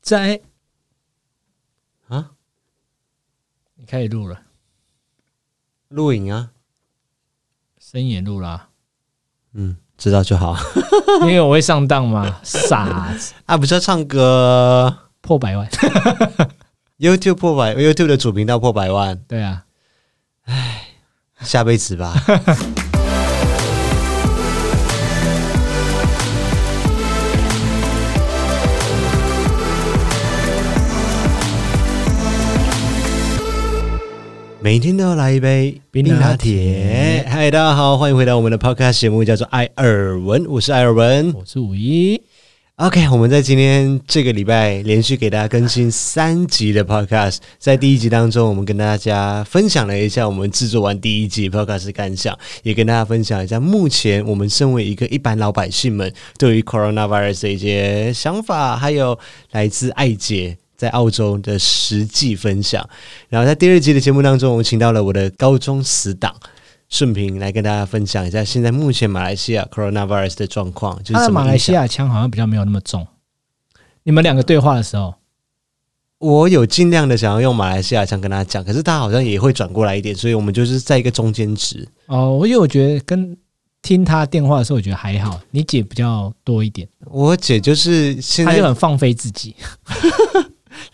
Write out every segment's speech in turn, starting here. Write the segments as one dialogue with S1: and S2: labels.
S1: 在
S2: 啊，
S1: 你开始录了，
S2: 录影啊，
S1: 声音也录了啊、
S2: 嗯，知道就好
S1: 因为我会上当嘛，傻子，
S2: 啊。不是要唱歌
S1: 破百万，
S2: ，YouTube 破百，YouTube 的主频道破百万，
S1: 对啊，
S2: 下辈子吧。 每天都要来一杯
S1: 冰拿
S2: 拿
S1: 铁
S2: 铁。嗨，大家好，欢迎回到我们的 Podcast 节目，叫做《艾尔文》，我是艾尔文。
S1: 我是五一，
S2: OK，我们在今天这个礼拜连续给大家更新三集的 Podcast。在第一集当中，我们跟大家分享了一下我们制作完第一集 Podcast 的感想，也跟大家分享一下目前我们身为一个一般老百姓们对于 coronavirus 的一些想法，还有来自艾姐在澳洲的实际分享。然后在第二集的节目当中，我们请到了我的高中死党。顺平来跟大家分享一下现在目前马来西亚 coronavirus 的状况，就
S1: 他
S2: 是
S1: 的
S2: 怎么
S1: 啊马来
S2: 影响
S1: 西亚腔好像比较没有那么重。你们两个对话的时候，
S2: 我有尽量的想要用马来西亚腔跟他讲，可是他好像也会转过来一点，所以我们就是在一个中间值。
S1: 哦，我因为我觉得跟听他电话的时候，我觉得还好，你姐比较多一点，
S2: 我姐就是现
S1: 她
S2: 在，
S1: 就
S2: 她
S1: 很放飞自己，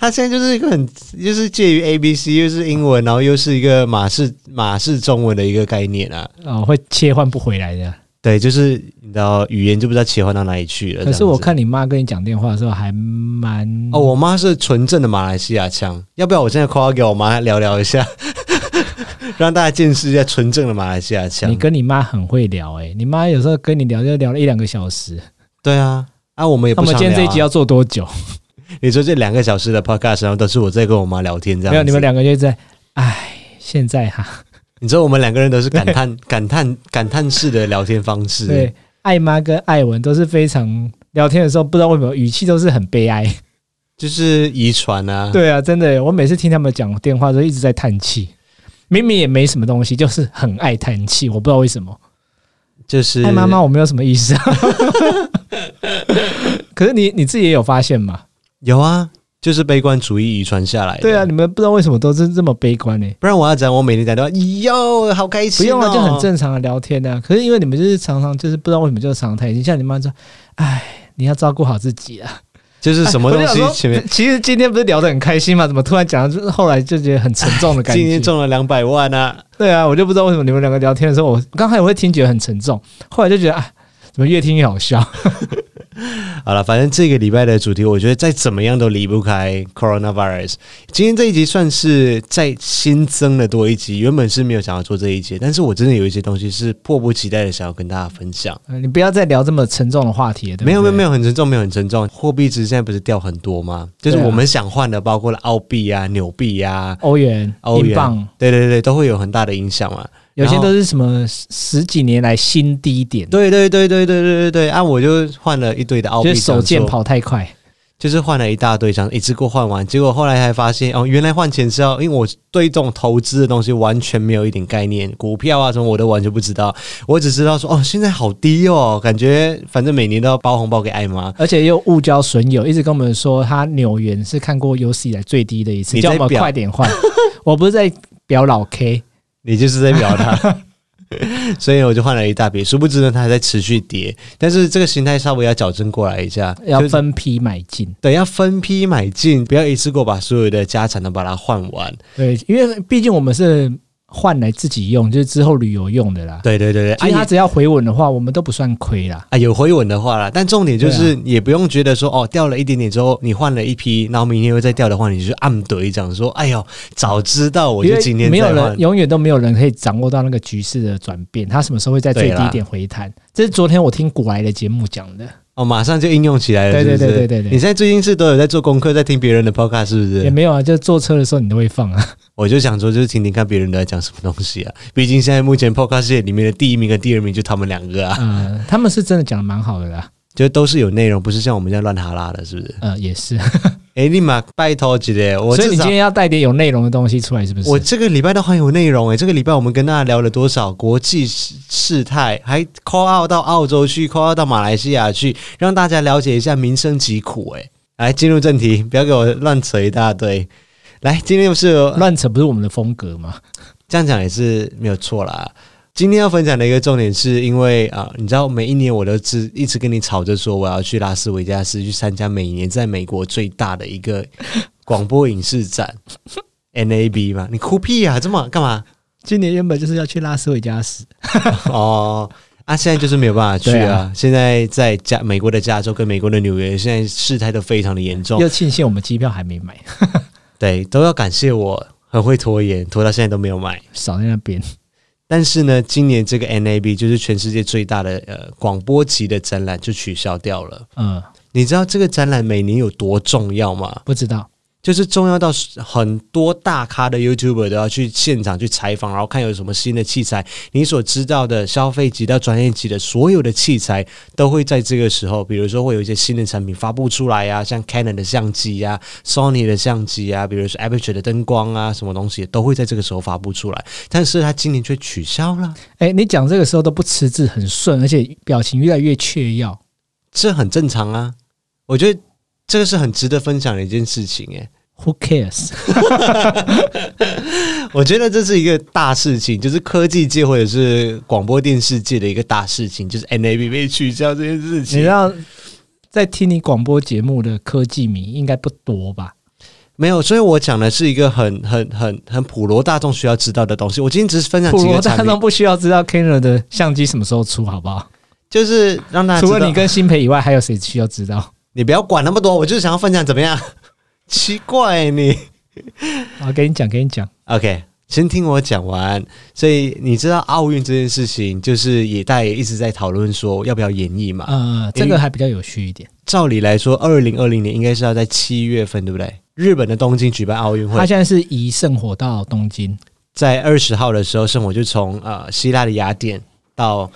S2: 现在就是一个很，就是介于 A B C，又是英文，然后又是一个马式马式中文的一个概念啊。
S1: 哦，会切换不回来的。
S2: 对，就是你知道语言就不知道切换到哪里去了。
S1: 可
S2: 这样
S1: 是
S2: 子
S1: 我看你妈跟你讲电话的时候，还蛮
S2: 哦，我妈是纯正的马来西亚腔，要不要我现在 call 给我妈聊聊一下， 让大家见识一下纯正的马来西亚腔
S1: 你？跟你妈很会聊哎、你妈有时候跟你聊就聊了一两个小时。
S2: 对啊，啊，我们也
S1: 那
S2: 不
S1: 么
S2: 想
S1: 今天这
S2: 聊
S1: 一
S2: 啊
S1: 集要做多久？
S2: 你说这两个小时的 podcast，然后都是我在跟我妈聊天这样。
S1: 没有，你们，两个就一直在，哎，现在哈，
S2: 你知道我们两个人都是感 叹、感叹、感叹式的聊天方式。
S1: 对，艾妈跟艾文都是非常聊天的时候，不知道为什么语气都是很悲 哀。
S2: 嗯就是遗传啊。，
S1: 对啊，真的，我每次听他们讲电话都一直在叹气，明明也没什么东西，就是很爱叹气，我不知道为什么。
S2: 就是
S1: 艾妈妈，我没有什么意 思啊。可是你你自己也有发现嘛？
S2: 有啊，就是悲观主义遗传下来的。
S1: 对啊，，你们不知道为什么都是这么悲观呢、欸
S2: 不然我要讲，我每天打电话，哟，好开
S1: 不
S2: 心、哦，
S1: 用啊，就很。正常的聊天啊。可是因为你们就是常常就是不知道为什么就常常太像你妈说，哎，你要照顾好自己啊。
S2: 就是 什么
S1: 我
S2: 东
S1: 就想
S2: 西
S1: 说
S2: 前面。
S1: 其实今天不是聊得很开心嘛，怎么突然讲到后来就觉得很沉重的感
S2: 今天
S1: 觉？
S2: 中了两百万啊！
S1: 对啊，我就不知道为什么你们两个聊天的时候，我刚开始会听觉得很沉重，后来就觉得啊，怎么越听越好笑？
S2: 好了，反正这个礼拜的主题，我觉得再怎么样都离不开 coronavirus。今天这一集算是再新增了多一集，原本是没有想要做这一集，但是我真的有一些东西是迫不及待的想要跟大家分享。
S1: 呃你不要再聊这么沉重的话题了，对不对
S2: 没有没有没有很沉重，没有很沉重。货币值现在不是掉很多吗？就是
S1: 对啊
S2: 我们想换的，包括了澳币啊、纽币啊，
S1: 欧元、
S2: 欧元
S1: 英镑，
S2: 对对对，都会有很大的影响嘛。
S1: 有些
S2: 然后
S1: 都是什么十十几年来新低点，
S2: 对对对对对对对对啊！我就换了一堆的澳
S1: 就
S2: 币，
S1: 是手
S2: 想
S1: 贱
S2: 说
S1: 跑太快。
S2: 就是换了一大堆，想一哎次过换完，结果后来还发现哦，原来换钱是要，因为我对这种投资的东西完全没有一点概念，股票啊什么我都完全不知道，我只知道说哦，现在好低哦，感觉反正每年都要包红包给艾 妈。
S1: 而且又误交损友，一直跟我们说他纽元是看过有史以来最低的一次，
S2: 你
S1: 叫
S2: 在
S1: 我们
S2: 表
S1: 快点换。 我不是在表老 K，
S2: 你就是在表达。所以我就换了一大笔，殊不知呢，它还在持续跌。但是这个心态稍微要矫正过来一下，
S1: 要
S2: 就是
S1: 分批买进。
S2: 对要分批买进，不要一次过把所有的家产都把它换完。
S1: 对，因为毕竟我们是换来自己用，就是之后旅游用的啦。
S2: 对对对对，
S1: 其实
S2: 啊
S1: 他
S2: 也
S1: 只要回稳的话，我们都不算亏啦。
S2: 啊有回稳的话啦，但重点就
S1: 对啊
S2: 是也不用觉得说哦掉了一点点之后你换了一批，然后明天又再掉的话，你就暗怼讲说，哎呦早知道我
S1: 因
S2: 就
S1: 为
S2: 今天
S1: 没有
S2: 再换
S1: 人，。永远都没有人可以掌握到那个局势的转变，他什么时候会在最
S2: 对
S1: 低
S2: 啦
S1: 点回弹？这是昨天我听古来的节目讲的，
S2: 哦，马上就应用起来了，
S1: 对对
S2: 是不是
S1: 对对对对
S2: 你现在最近是都有在做功课，在听别人的 podcast 是不是？
S1: 也没有啊，就坐车的时候你都会放啊。
S2: 我就想说，就是听听看别人都在讲什么东西啊。毕竟现在目前 podcast 界里面的第一名跟第二名就他们两个啊，
S1: 呃，他们是真的讲的蛮好的啦。
S2: 就都是有内容，不是像我们这样乱哈拉的，是不是？
S1: 呃，也是。
S2: 哎、立马拜托姐姐，我
S1: 所以
S2: 至
S1: 你今
S2: 少
S1: 天要带点有内容的东西出来，是不是？
S2: 我这个礼拜都很有内容哎、这个礼拜我们跟大家聊了多少国际事事态，还 call out 到澳洲去，call out 到马来西亚去，让大家了解一下民生疾苦哎、来进入正题，不要给我乱扯一大堆。来，今天是
S1: 乱扯不是我们的风格吗？
S2: 这样讲也是没有错啦。今天要分享的一个重点是因为啊、你知道每一年我都是一直跟你吵着说我要去拉斯维加斯去参加每年在美国最大的一个广播影视展 NAB 嘛，你哭屁啊，这么干嘛？
S1: 今年原本就是要去拉斯维加斯，
S2: 哦，啊，现在就是没有办法去
S1: 对
S2: 啊。
S1: 啊
S2: 现在在加美国的加州跟美国的纽约，现在事态都非常的严重
S1: 又，庆幸我们机票还没买，
S2: 对，都要感谢我很会拖延，拖到现在都没有买。
S1: 少在那边。
S2: 但是呢，今年这个 NAB 就是全世界最大的呃广播级的展览就取消掉了。
S1: 嗯，
S2: 你知道这个展览每年有多重要吗？
S1: 不知道。
S2: 就是重要到很多大咖的 YouTuber 都要去现场去采访，然后看有什么新的器材。你所知道的消费级到专业级的所有的器材，都会在这个时候，比如说会有一些新的产品发布出来啊，像 Canon 的相机啊、Sony 的相机啊，比如说 Aperture 的灯光啊，什么东西都会在这个时候发布出来。但是它今年却取消了，
S1: 哎、你讲这个时候都不吃字，很顺，而且表情越来越雀跃。
S2: 这很正常啊。我觉得这个是很值得分享的一件事情、欸诶。
S1: Who cares？
S2: 我觉得这是一个大事情，就是科技界或者是广播电视界的一个大事情，就是 NAB 被取消这件事
S1: 你知
S2: 情。
S1: 道，在听你广播节目的科技迷应该不多吧？
S2: 没有，所以我讲的是一个很很很很普罗大众需要知道的东西。我今天只是分享
S1: 普
S2: 几
S1: 罗
S2: 个
S1: 大
S2: 产
S1: 众
S2: 品，
S1: 不需要知道 Canon 的相机什么时候出，好不好？
S2: 就是让大家
S1: 除了
S2: 知
S1: 你
S2: 道
S1: 跟新培以外，还有谁需要知道
S2: 你不要管那么多，我就是想要分享怎么样？ 奇怪、你
S1: 啊？给你讲，给你讲，
S2: OK。先听我讲完，所以你知道奥运这件事情，就是也大家也一直在讨论说要不要演绎嘛。
S1: 呃，这个还比较有趣一点。
S2: 照理来说，二零二零年应该是要在七月份，对不对？日本的东京举办奥运会
S1: 他，现在是移圣火到东京，
S2: 在二十号的时候，圣火就从呃希腊的雅典到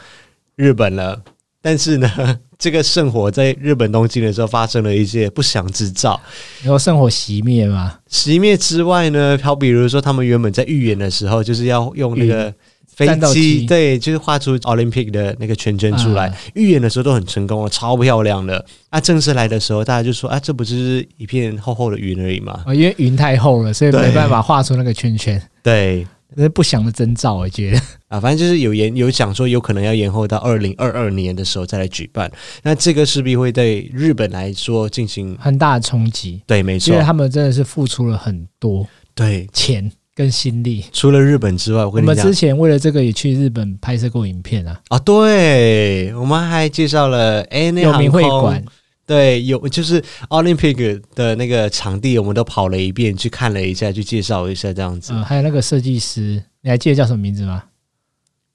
S2: 日本了。但是呢， 这个圣火在日本东京的时候发生了一些不祥之兆。
S1: 然后圣火熄灭嘛，
S2: 熄灭之外呢，好比如说他们原本在预演的时候，就是要用那个飞
S1: 战斗
S2: 机，
S1: 机
S2: 对，就是画出 Olympic 的那个圈圈出来
S1: 啊。
S2: 预演的时候都很成功了，超漂亮的。啊，正式来的时候，大家就说啊，这不就是一片厚厚的云而已嘛？
S1: 啊，因为云太厚了，所以
S2: 对
S1: 没办法画出那个圈圈，
S2: 对，
S1: 这是不祥的征兆，我觉得。
S2: 啊，反正就是有延有讲说有可能要延后到二零二二年的时候再来举办，那这个势必会对日本来说进行
S1: 很大的冲击，
S2: 对，没
S1: 因
S2: 错
S1: 为，他们真的是付出了很多
S2: 对。
S1: 钱跟心力。
S2: 除了日本之外，我
S1: 我
S2: 跟你
S1: 们
S2: 讲
S1: 之前为了这个也去日本拍摄过影片啊，
S2: 啊，对，我们还介绍了 ANA
S1: 有
S2: 航
S1: 名会
S2: 空
S1: 馆，
S2: 对，有就是 Olympic 的那个场地，我们都跑了一遍，去看了一下，去介绍一下这样子。
S1: 呃，还有那个设计师，你还记得叫什么名字吗？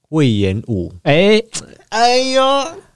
S2: 魏延武，
S1: 哎、
S2: 哎呦，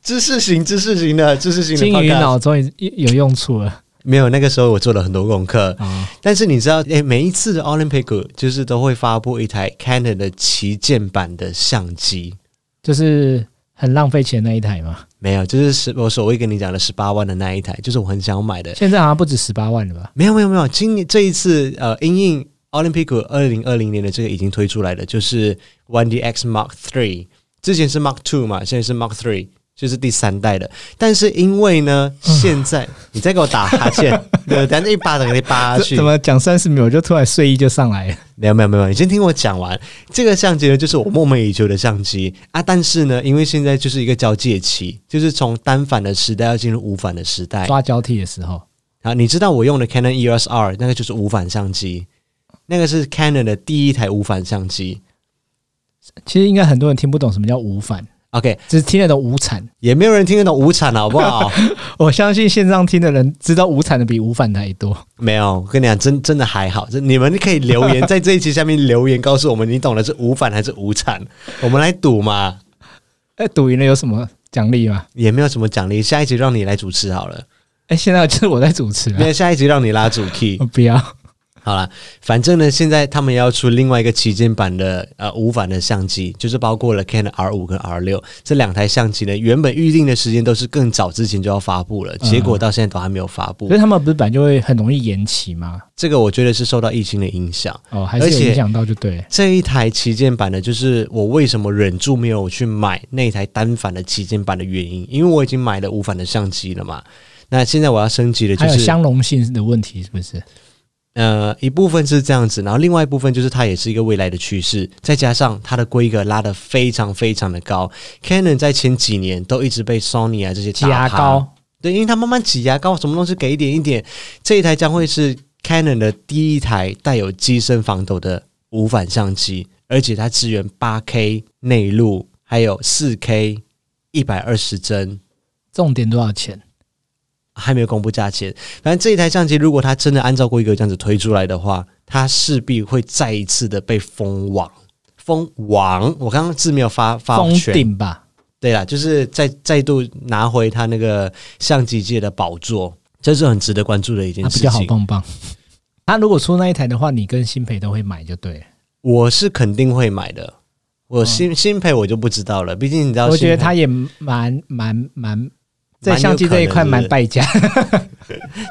S2: 知识型、知识型的、知识型的
S1: 金鱼
S2: podcast
S1: 脑终于有用处了
S2: 没有，那个时候我做了很多功课，
S1: 啊！
S2: 但是你知道，诶、每一次的 Olympic 就是都会发布一台 Canon 的旗舰版的相机，
S1: 就是很浪费钱那一台嘛，
S2: 没有，就是十我所谓跟你讲的十八万的那一台，就是我很想买的。
S1: 现在好像不止十八万了吧？
S2: 没有，没有，没有，今年这一次呃，因应 Olympic 二零二零年的这个已经推出来了，就是 One DX Mark Three，之前是 Mark Two 嘛，现在是 Mark Three。就是第三代的，但是因为呢，
S1: 嗯
S2: 现在你再给我打哈欠， 对，等下一巴掌给你扒下去。
S1: 怎么讲三十秒我就突然睡意就上来了？
S2: 没有没有没有，你先听我讲完。这个相机呢，就是我梦寐以求的相机啊，但是呢，因为现在就是一个交界期，就是从单反的时代要进入无反的时代。
S1: 抓交替的时候，
S2: 啊，你知道我用的 Canon E EOS R 那个就是无反相机，那个是 Canon 的第一台无反相机。
S1: 其实应该很多人听不懂什么叫无反，
S2: OK，
S1: 只听得懂无产。
S2: 也没有人听得懂无产好不好？
S1: 我相信线上听的人知道无产的比无反的还多。
S2: 没有，我跟你讲，真真的还好。这你们可以留言在这一期下面留言，告诉我们你懂的是无反还是无产，我们来赌嘛，
S1: 哎，赌赢了有什么奖励吗？
S2: 也没有什么奖励。下一集让你来主持好了，
S1: 哎，现在就是我在主持了
S2: 没，有下一集让你拉主 key
S1: 我。不要。
S2: 好啦，反正呢，现在他们要出另外一个旗舰版的呃无反的相机，就是包括了 Canon R 五跟 R 六这两台相机呢，原本预定的时间都是更早之前就要发布了，
S1: 嗯
S2: 结果到现在都还没有发布。
S1: 可是他们不是本来就会很容易延期吗？
S2: 这个我觉得是受到疫情的影响。
S1: 哦，还是
S2: 而
S1: 有
S2: 且
S1: 影响到就对了。
S2: 这一台旗舰版的，就是我为什么忍住没有去买那台单反的旗舰版的原因，因为我已经买了无反的相机了嘛。那现在我要升级的就
S1: 还有
S2: 是，
S1: 相容性的问题是不是？
S2: 呃，一部分是这样子，然后另外一部分就是它也是一个未来的趋势，再加上它的规格拉得非常非常的高，Canon 在前几年都一直被 Sony 啊这些
S1: 挤
S2: 大
S1: 牙
S2: 咖
S1: 膏，
S2: 对，因为它慢慢挤牙膏，什么东西给一点一点，这一台将会是 Canon 的第一台带有机身防抖的无反相机，而且它支援 8K 内录，还有 4K 一百二十帧。
S1: 重点多少钱？
S2: 还没有公布价钱，反正这一台相机，如果它真的按照规格这样子推出来的话，它势必会再一次的被封网。封网，我刚刚字没有发发
S1: 封
S2: 全，
S1: 顶吧，
S2: 对啦，就是再再度拿回他那个相机界的宝座，这是很值得关注的一件
S1: 它
S2: 事
S1: 比
S2: 情。
S1: 较好棒棒。他如果出那一台的话，你跟新培都会买就对了。
S2: 我是肯定会买的。我新、新培我就不知道了，毕竟你知道
S1: 嗯我
S2: 新
S1: 觉得
S2: 培，
S1: 他也蛮蛮蛮在
S2: 蛮有
S1: 相机这一
S2: 可
S1: 块
S2: 能是
S1: 蛮败家，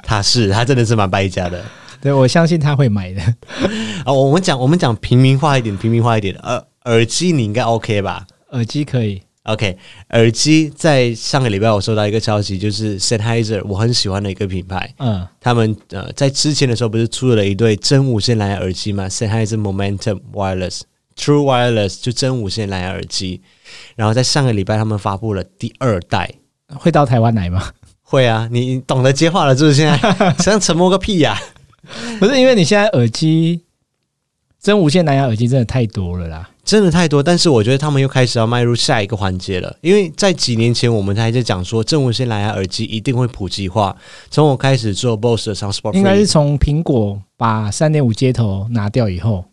S2: 他是他真的是蛮败家的。
S1: 对我相信他会买的。
S2: 啊，我们讲我们讲平民化一点，平民化一点。耳耳机你应该 OK 吧？
S1: 耳机可以，
S2: OK，耳机在上个礼拜我收到一个消息，就是 Sennheiser，我很喜欢的一个品牌。
S1: 嗯，
S2: 他们呃在之前的时候不是出了一对真无线蓝牙耳机吗？Sennheiser Momentum Wireless True Wireless 就真无线蓝牙耳机。然后在上个礼拜他们发布了第二代。
S1: 会到台湾来吗？
S2: 会啊，你你懂得接话了是不是？现在这样沉默个屁呀、
S1: 不是，因为你现在耳机真无线蓝牙耳机真的太多了啦。
S2: 真的太多，但是我觉得他们又开始要迈入下一个环节了。因为在几年前，我们还在讲说，正无线蓝牙耳机一定会普及化。从我开始做 BOSS 的 Soundsport，
S1: 应该是
S2: Free，
S1: 从苹果把三点五接头拿掉以后，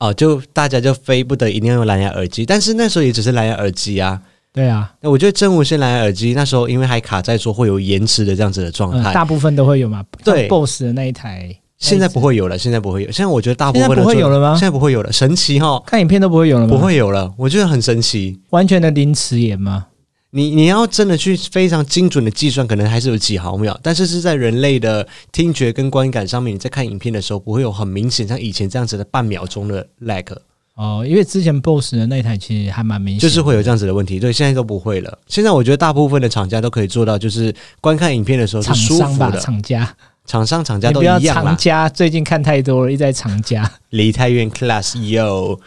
S2: 哦，就大家就非不得一定要用蓝牙耳机。但是那时候也只是蓝牙耳机啊。
S1: 对啊，
S2: 那我觉得真无线蓝牙耳机那时候因为还卡在说会有延迟的这样子的状
S1: 嗯，
S2: 态，
S1: 大部分都会有嘛。
S2: 哦对
S1: b o s s 的那一台，
S2: 现在不会有了，现在不会有。现在我觉得大部
S1: 现在
S2: 分的
S1: 不会
S2: 做
S1: 有了吗
S2: 现在不会有了，神奇哈，
S1: 看影片都不会有了吗？
S2: 不，会有了，我觉得很神奇。
S1: 完全的零迟延吗？
S2: 你你要真的去非常精准的计算，可能还是有几毫秒，但是是在人类的听觉跟观感上面，你在看影片的时候不会有很明显像以前这样子的半秒钟的 lag，
S1: 哦，因为之前 BOSS 的那一台其实还蛮明显的，
S2: 就是会有这样子的问题。对，现在都不会
S1: 嗯
S2: 了。现在我觉得大部分的厂家都可以做到，就是观看影片的时候是
S1: 厂
S2: 舒
S1: 商
S2: 服
S1: 吧，
S2: 的。
S1: 厂家，
S2: 厂商厂家
S1: 你
S2: 都
S1: 不要
S2: 一样啦
S1: 厂，家，最近看太多了，一直在厂 家。
S2: 离太远 class yo。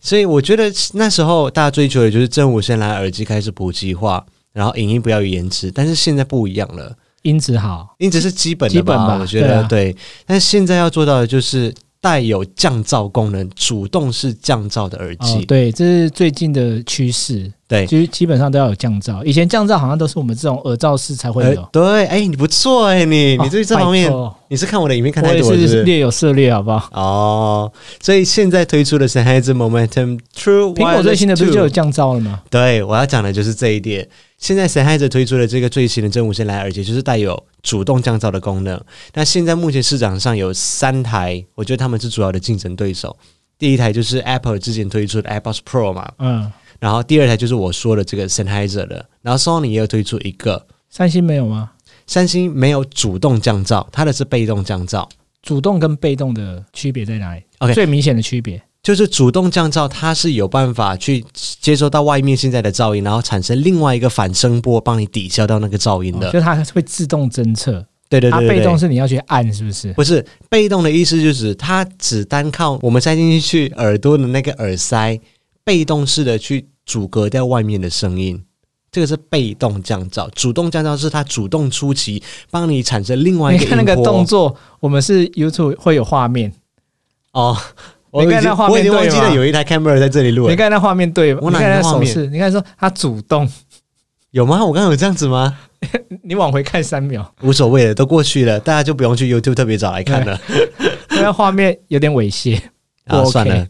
S2: 所以我觉得那时候大家追求的就是正无线蓝牙耳机开始普及化，然后影音不要有延迟，但是现在不一样了。
S1: 音质好，
S2: 音质是基本的
S1: 基本吧
S2: 我觉得
S1: 对啊
S2: 对。但现在要做到的就是带有降噪功能、主动式降噪的耳
S1: 哦
S2: 机，，
S1: 对，这是最近的趋势，
S2: 对
S1: 就是基本上都要有降噪。以前降噪好像都是我们这种耳罩式才会
S2: 呃
S1: 有，
S2: 对，哎，你不错哎，你
S1: 哦
S2: 你对这方面
S1: 拜，托
S2: 你是看我的影片看
S1: 我
S2: 太
S1: 也
S2: 多了，是不
S1: 是
S2: 是？
S1: 略有涉猎，好不好？
S2: 哦，所以现在推出的是 h e z Momentum True
S1: 苹果最新的不是
S2: Wireless
S1: 就有
S2: 2
S1: 降噪了吗？
S2: 对，我要讲的就是这一点。现在 Sennheiser 推出的这个最新的真无线蓝牙耳机，就是带有主动降噪的功能。那现在目前市场上有三台，我觉得他们是主要的竞争对手。第一台就是 Apple 之前推出的 AirPods Pro 嘛，
S1: 嗯，
S2: 然后第二台就是我说的这个 Sennheiser 的，然后 Sony 也有推出一个。
S1: 三星没有吗？
S2: 三星没有主动降噪，它的是被动降噪。
S1: 主动跟被动的区别在哪里
S2: OK
S1: 最明显的区别，
S2: 就是主动降噪，它是有办法去接收到外面现在的噪音，然后产生另外一个反声波，帮你抵消掉那个噪音
S1: 哦
S2: 的。
S1: 就是它会自动侦测，
S2: 对对
S1: 它
S2: 对对对
S1: 被动是你要去按，是不是？
S2: 不是被动的意思，就是它只单靠我们塞进去耳朵的那个耳塞，被动式的去阻隔掉外面的声音。这个是被动降噪，主动降噪是它主动出击，帮你产生另外一
S1: 你
S2: 个
S1: 看那个
S2: 音波
S1: 动作，我们是 YouTube 会有画面，
S2: 哦。我已
S1: 你
S2: 经
S1: 看那画面
S2: 我已经忘记
S1: 对吗
S2: 了有一台 camera 在这里录
S1: 你
S2: 了，
S1: 看那画面对吗？
S2: 我
S1: 你
S2: 哪
S1: 看
S2: 有
S1: 那
S2: 画
S1: 手
S2: 面
S1: 势，你看说它主动，
S2: 有吗？我刚刚有这样子吗？
S1: 你往回看三秒，
S2: 无所谓了，都过去了，大家就不用去 YouTube 特别找来看了。
S1: 那画面有点猥亵。不
S2: 啊，
S1: 哦 OK
S2: 算了，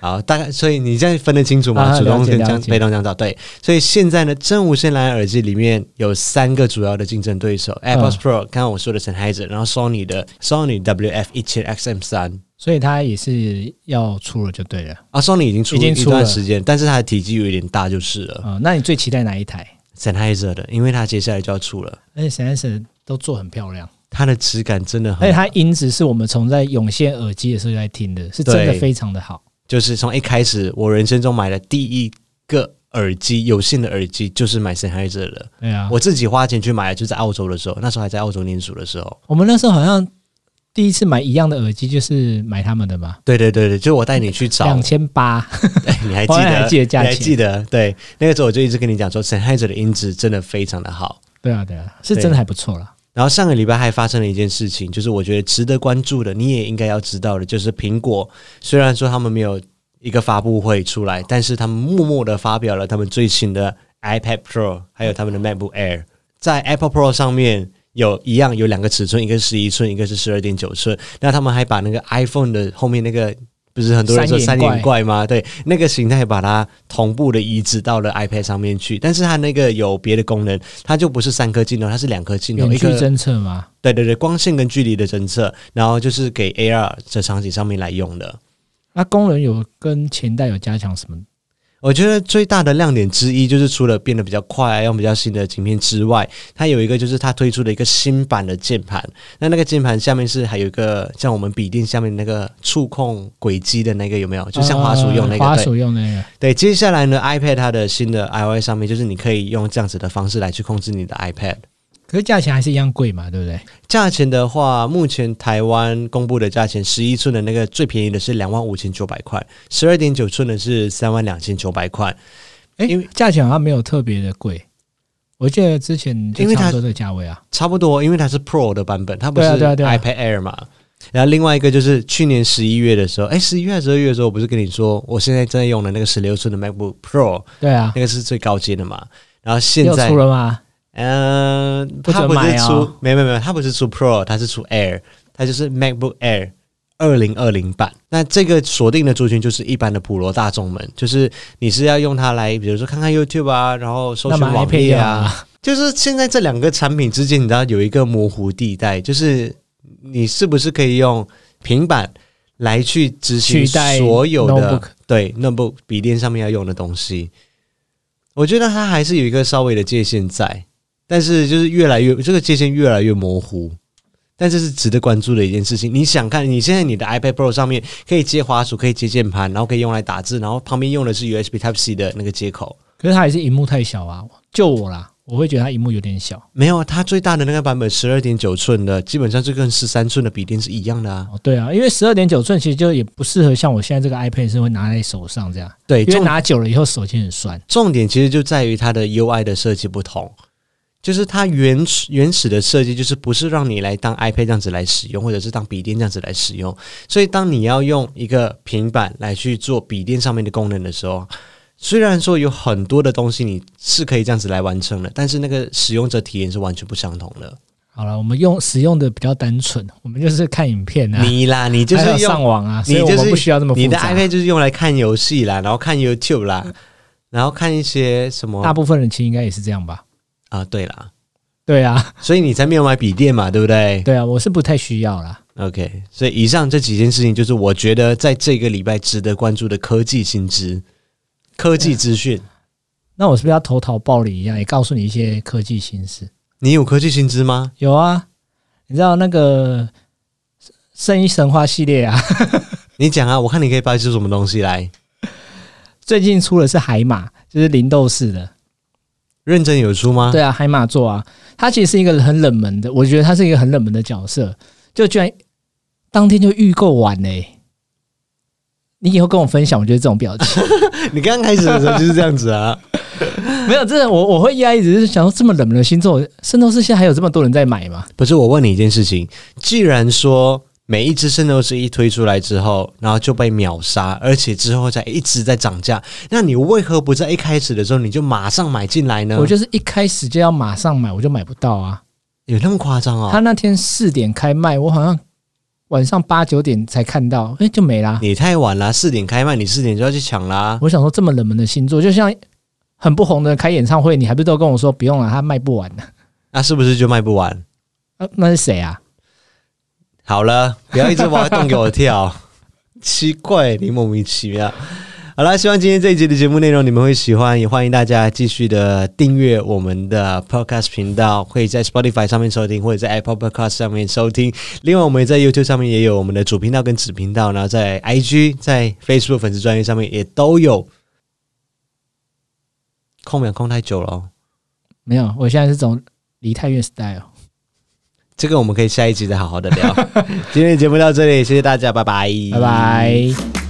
S2: 好，大概所以你这样分得清楚吗？
S1: 啊
S2: 主动
S1: 了解
S2: 跟
S1: 了
S2: 降
S1: 解
S2: 被动降噪，对。所以现在呢，真无线蓝牙耳机里面有三个主要的竞争对手：AirPods
S1: 嗯
S2: Pro，刚刚我说的 Sennheiser，然后 Sony 的 Sony WF 一千 XM 三
S1: 所以它也是要出了就对了。
S2: 啊，Sony 已经出
S1: 已经
S2: 一
S1: 出了
S2: 段时间，但是它的体积有一点大就是了。
S1: 啊、那你最期待哪一台？
S2: Sennheiser 的，因为它接下来就要出了，
S1: 而且 s e n s e 都做很漂亮，
S2: 它的质感真的
S1: 而且
S2: 很，
S1: 哎它音质是我们从在涌现耳机的时候就在听的，是真的
S2: 对
S1: 非常的好。
S2: 就是从一开始我人生中买的第一个耳机，有线的耳机就是买 Sennheiser 的。
S1: 对啊，
S2: 我自己花钱去买，就是在澳洲的时候，那时候还在澳洲念书的时候。
S1: 我们那时候好像第一次买一样的耳机，就是买他们的吧，
S2: 对对对对，就我带你去找，
S1: 两千八。
S2: 哎 你还记
S1: 我
S2: 得？
S1: 还记得价
S2: 你还
S1: 钱
S2: 记得？对，那个时候我就一直跟你讲说，Sennheiser 的音质真的非常的好。
S1: 对啊，对啊，是真的还不错啦。
S2: 然后上个礼拜还发生了一件事情，就是我觉得值得关注的，你也应该要知道的，就是苹果虽然说他们没有一个发布会出来，但是他们默默的发表了他们最新的 iPad Pro，还有他们的 MacBook Air，在 Apple Pro 上面。有一样有两个尺寸，一个是十一寸，一个是十二点九寸。那他们还把那个 iPhone 的后面那个，不是很多人说
S1: 三
S2: 三
S1: 眼怪
S2: 眼怪吗？对，那个形态把它同步的移植到了 iPad 上面去，但是它那个有别的功能，它就不是三颗镜头，它是两颗镜头，
S1: 远
S2: 一
S1: 距
S2: 个
S1: 侦测嘛，
S2: 对对对，光线跟距离的侦测，然后就是给 AR 这场景上面来用的。
S1: 那啊功能有跟前代有加强什么？
S2: 我觉得最大的亮点之一就是除了变得比较快，用比较新的晶片之外，它有一个就是它推出了一个新版的键盘。那那个键盘下面是还有一个像我们笔电下面那个触控轨迹的那个有没有？就像滑鼠用那
S1: 呃
S2: 个、
S1: 滑
S2: 对
S1: 鼠用那个，
S2: 对，接下来呢，iPad 它的新的 iOS 上面就是你可以用这样子的方式来去控制你的 iPad。
S1: 可是价钱还是一样贵嘛，对不对？
S2: 价钱的话，目前台湾公布的价钱，十一寸的那个最便宜的是两万五千九百块，十二点九寸的是三万两千九百块。
S1: 哎、
S2: 因为
S1: 价钱好像没有特别的贵。我记得之前就
S2: 因为
S1: 差
S2: 它
S1: 不多这个价位啊，
S2: 差不多，因为它是 Pro 的版本，它不是
S1: 对啊对啊对啊
S2: iPad Air 嘛。然后另外一个就是去年十一月的时候，哎，十一月还是十二月的时候，我不是跟你说，我现在正在用的那个十六寸的 MacBook Pro，
S1: 对啊，
S2: 那个是最高阶的嘛。然后现
S1: 又
S2: 在
S1: 出了吗？
S2: 嗯，
S1: 不
S2: 它
S1: 准
S2: 不
S1: 买
S2: 是
S1: 哦
S2: 出，没有没有没有，它不是出 Pro，它是出 Air，它就是 MacBook Air 二零二零版。那这个锁定的族群就是一般的普罗大众们，就是你是要用它来，比如说看看 YouTube 啊，然后搜
S1: 那
S2: 寻
S1: 买
S2: 网
S1: iPad
S2: 页
S1: 用
S2: 啊，
S1: 啊，
S2: 就是现在这两个产品之间，你知道有一个模糊地带，就是你是不是可以用平板来去执行
S1: 取代
S2: 所有的
S1: notebook
S2: 对 notebook 笔电上面要用的东西？我觉得它还是有一个稍微的界限在，但是就是越来越这个界限越来越模糊。但这是值得关注的一件事情。你想看，你现在你的 iPad Pro 上面可以接滑鼠，可以接键盘，然后可以用来打字，然后旁边用的是 USB Type C 的那个接口。
S1: 可是它还是荧幕太小啊。就我啦，我会觉得它荧幕有点小。
S2: 没有，它最大的那个版本十二点九寸的，基本上就跟十三寸的笔电是一样的啊。
S1: 哦，对啊，因为十二点九寸其实就也不适合像我现在这个 iPad 是会拿在手上这样，
S2: 对，
S1: 因为
S2: 重
S1: 拿久了以后手心很酸。
S2: 重点其实就在于它的 UI 的设计不同，就是它原始原始的设计就是不是让你来当 iPad 这样子来使用，或者是当笔电这样子来使用。所以当你要用一个平板来去做笔电上面的功能的时候，虽然说有很多的东西你是可以这样子来完成的，但是那个使用者体验是完全不相同的。
S1: 好了，我们用使用的比较单纯，我们就是看影片啊，
S2: 你啦，你就
S1: 还
S2: 是
S1: 有
S2: 用
S1: 上网啊，所
S2: 你
S1: 以我
S2: 就
S1: 们
S2: 是
S1: 不需要这么复
S2: 你的
S1: 杂。嗯
S2: iPad 就是用来看游戏啦，然后看 YouTube 啦，然后看一些什么
S1: 大部分人其实应该也是这样吧？
S2: 啊？对啦，
S1: 对啊，
S2: 所以你才没有买笔电嘛，对不对
S1: 对啊，我是不太需要啦。
S2: ？OK，所以以上这几件事情就是我觉得在这个礼拜值得关注的科技新知、科技资讯。
S1: 那我是不是要投桃报李一样，也告诉你一些科技新事？
S2: 你有科技新知吗？
S1: 有啊，你知道那个《圣衣神话》系列啊，
S2: 你讲啊，我看你可以掰出什么东西来。
S1: 最近出的是海马，就是灵斗士的。
S2: 认真有出吗？
S1: 对啊，海马座啊，他其实是一个很冷门的，我觉得他是一个很冷门的角色，就居然当天就预购完嘞、你以后跟我分享，我觉得这种表情
S2: 你刚开始的时候就是这样子啊。
S1: 没有，真的我我会压抑，只是想说这么冷门的星座，圣斗士现在还有这么多人在买吗？
S2: 不是，我问你一件事情，既然说每一只圣斗士一推出来之后，然后就被秒杀，而且之后在一直在涨价，那你为何不在一开始的时候你就马上买进来呢？
S1: 我就是一开始就要马上买，我就买不到啊。
S2: 有那么夸张
S1: 他
S2: 哦？
S1: 那天四点开卖，我好像晚上八九点才看到，哎、就没啦。
S2: 你太晚了，四点开卖，你四点就要去抢啦。
S1: 我想说这么冷门的星座，就像很不红的开演唱会，你还不是都跟我说不用了，他卖不完的、
S2: 那是不是就卖不完？
S1: 啊？那是谁啊？
S2: 好了，不要一直挖洞给我跳， 奇怪，你莫名其妙。好了，希望今天这一集的节目内容你们会喜欢，也欢迎大家继续的订阅我们的 Podcast 频道，可以在 Spotify 上面收听，或者在 Apple Podcast 上面收听。另外，我们在 YouTube 上面也有我们的主频道跟子频道，然后在 IG、在 Facebook 粉丝专业上面也都有空秒空太久了、哦，
S1: 没有，我现在是走离太远 style。
S2: 这 个我们可以下一集再好好的聊。今天的节目到这里，谢谢大家，拜拜，
S1: 拜拜。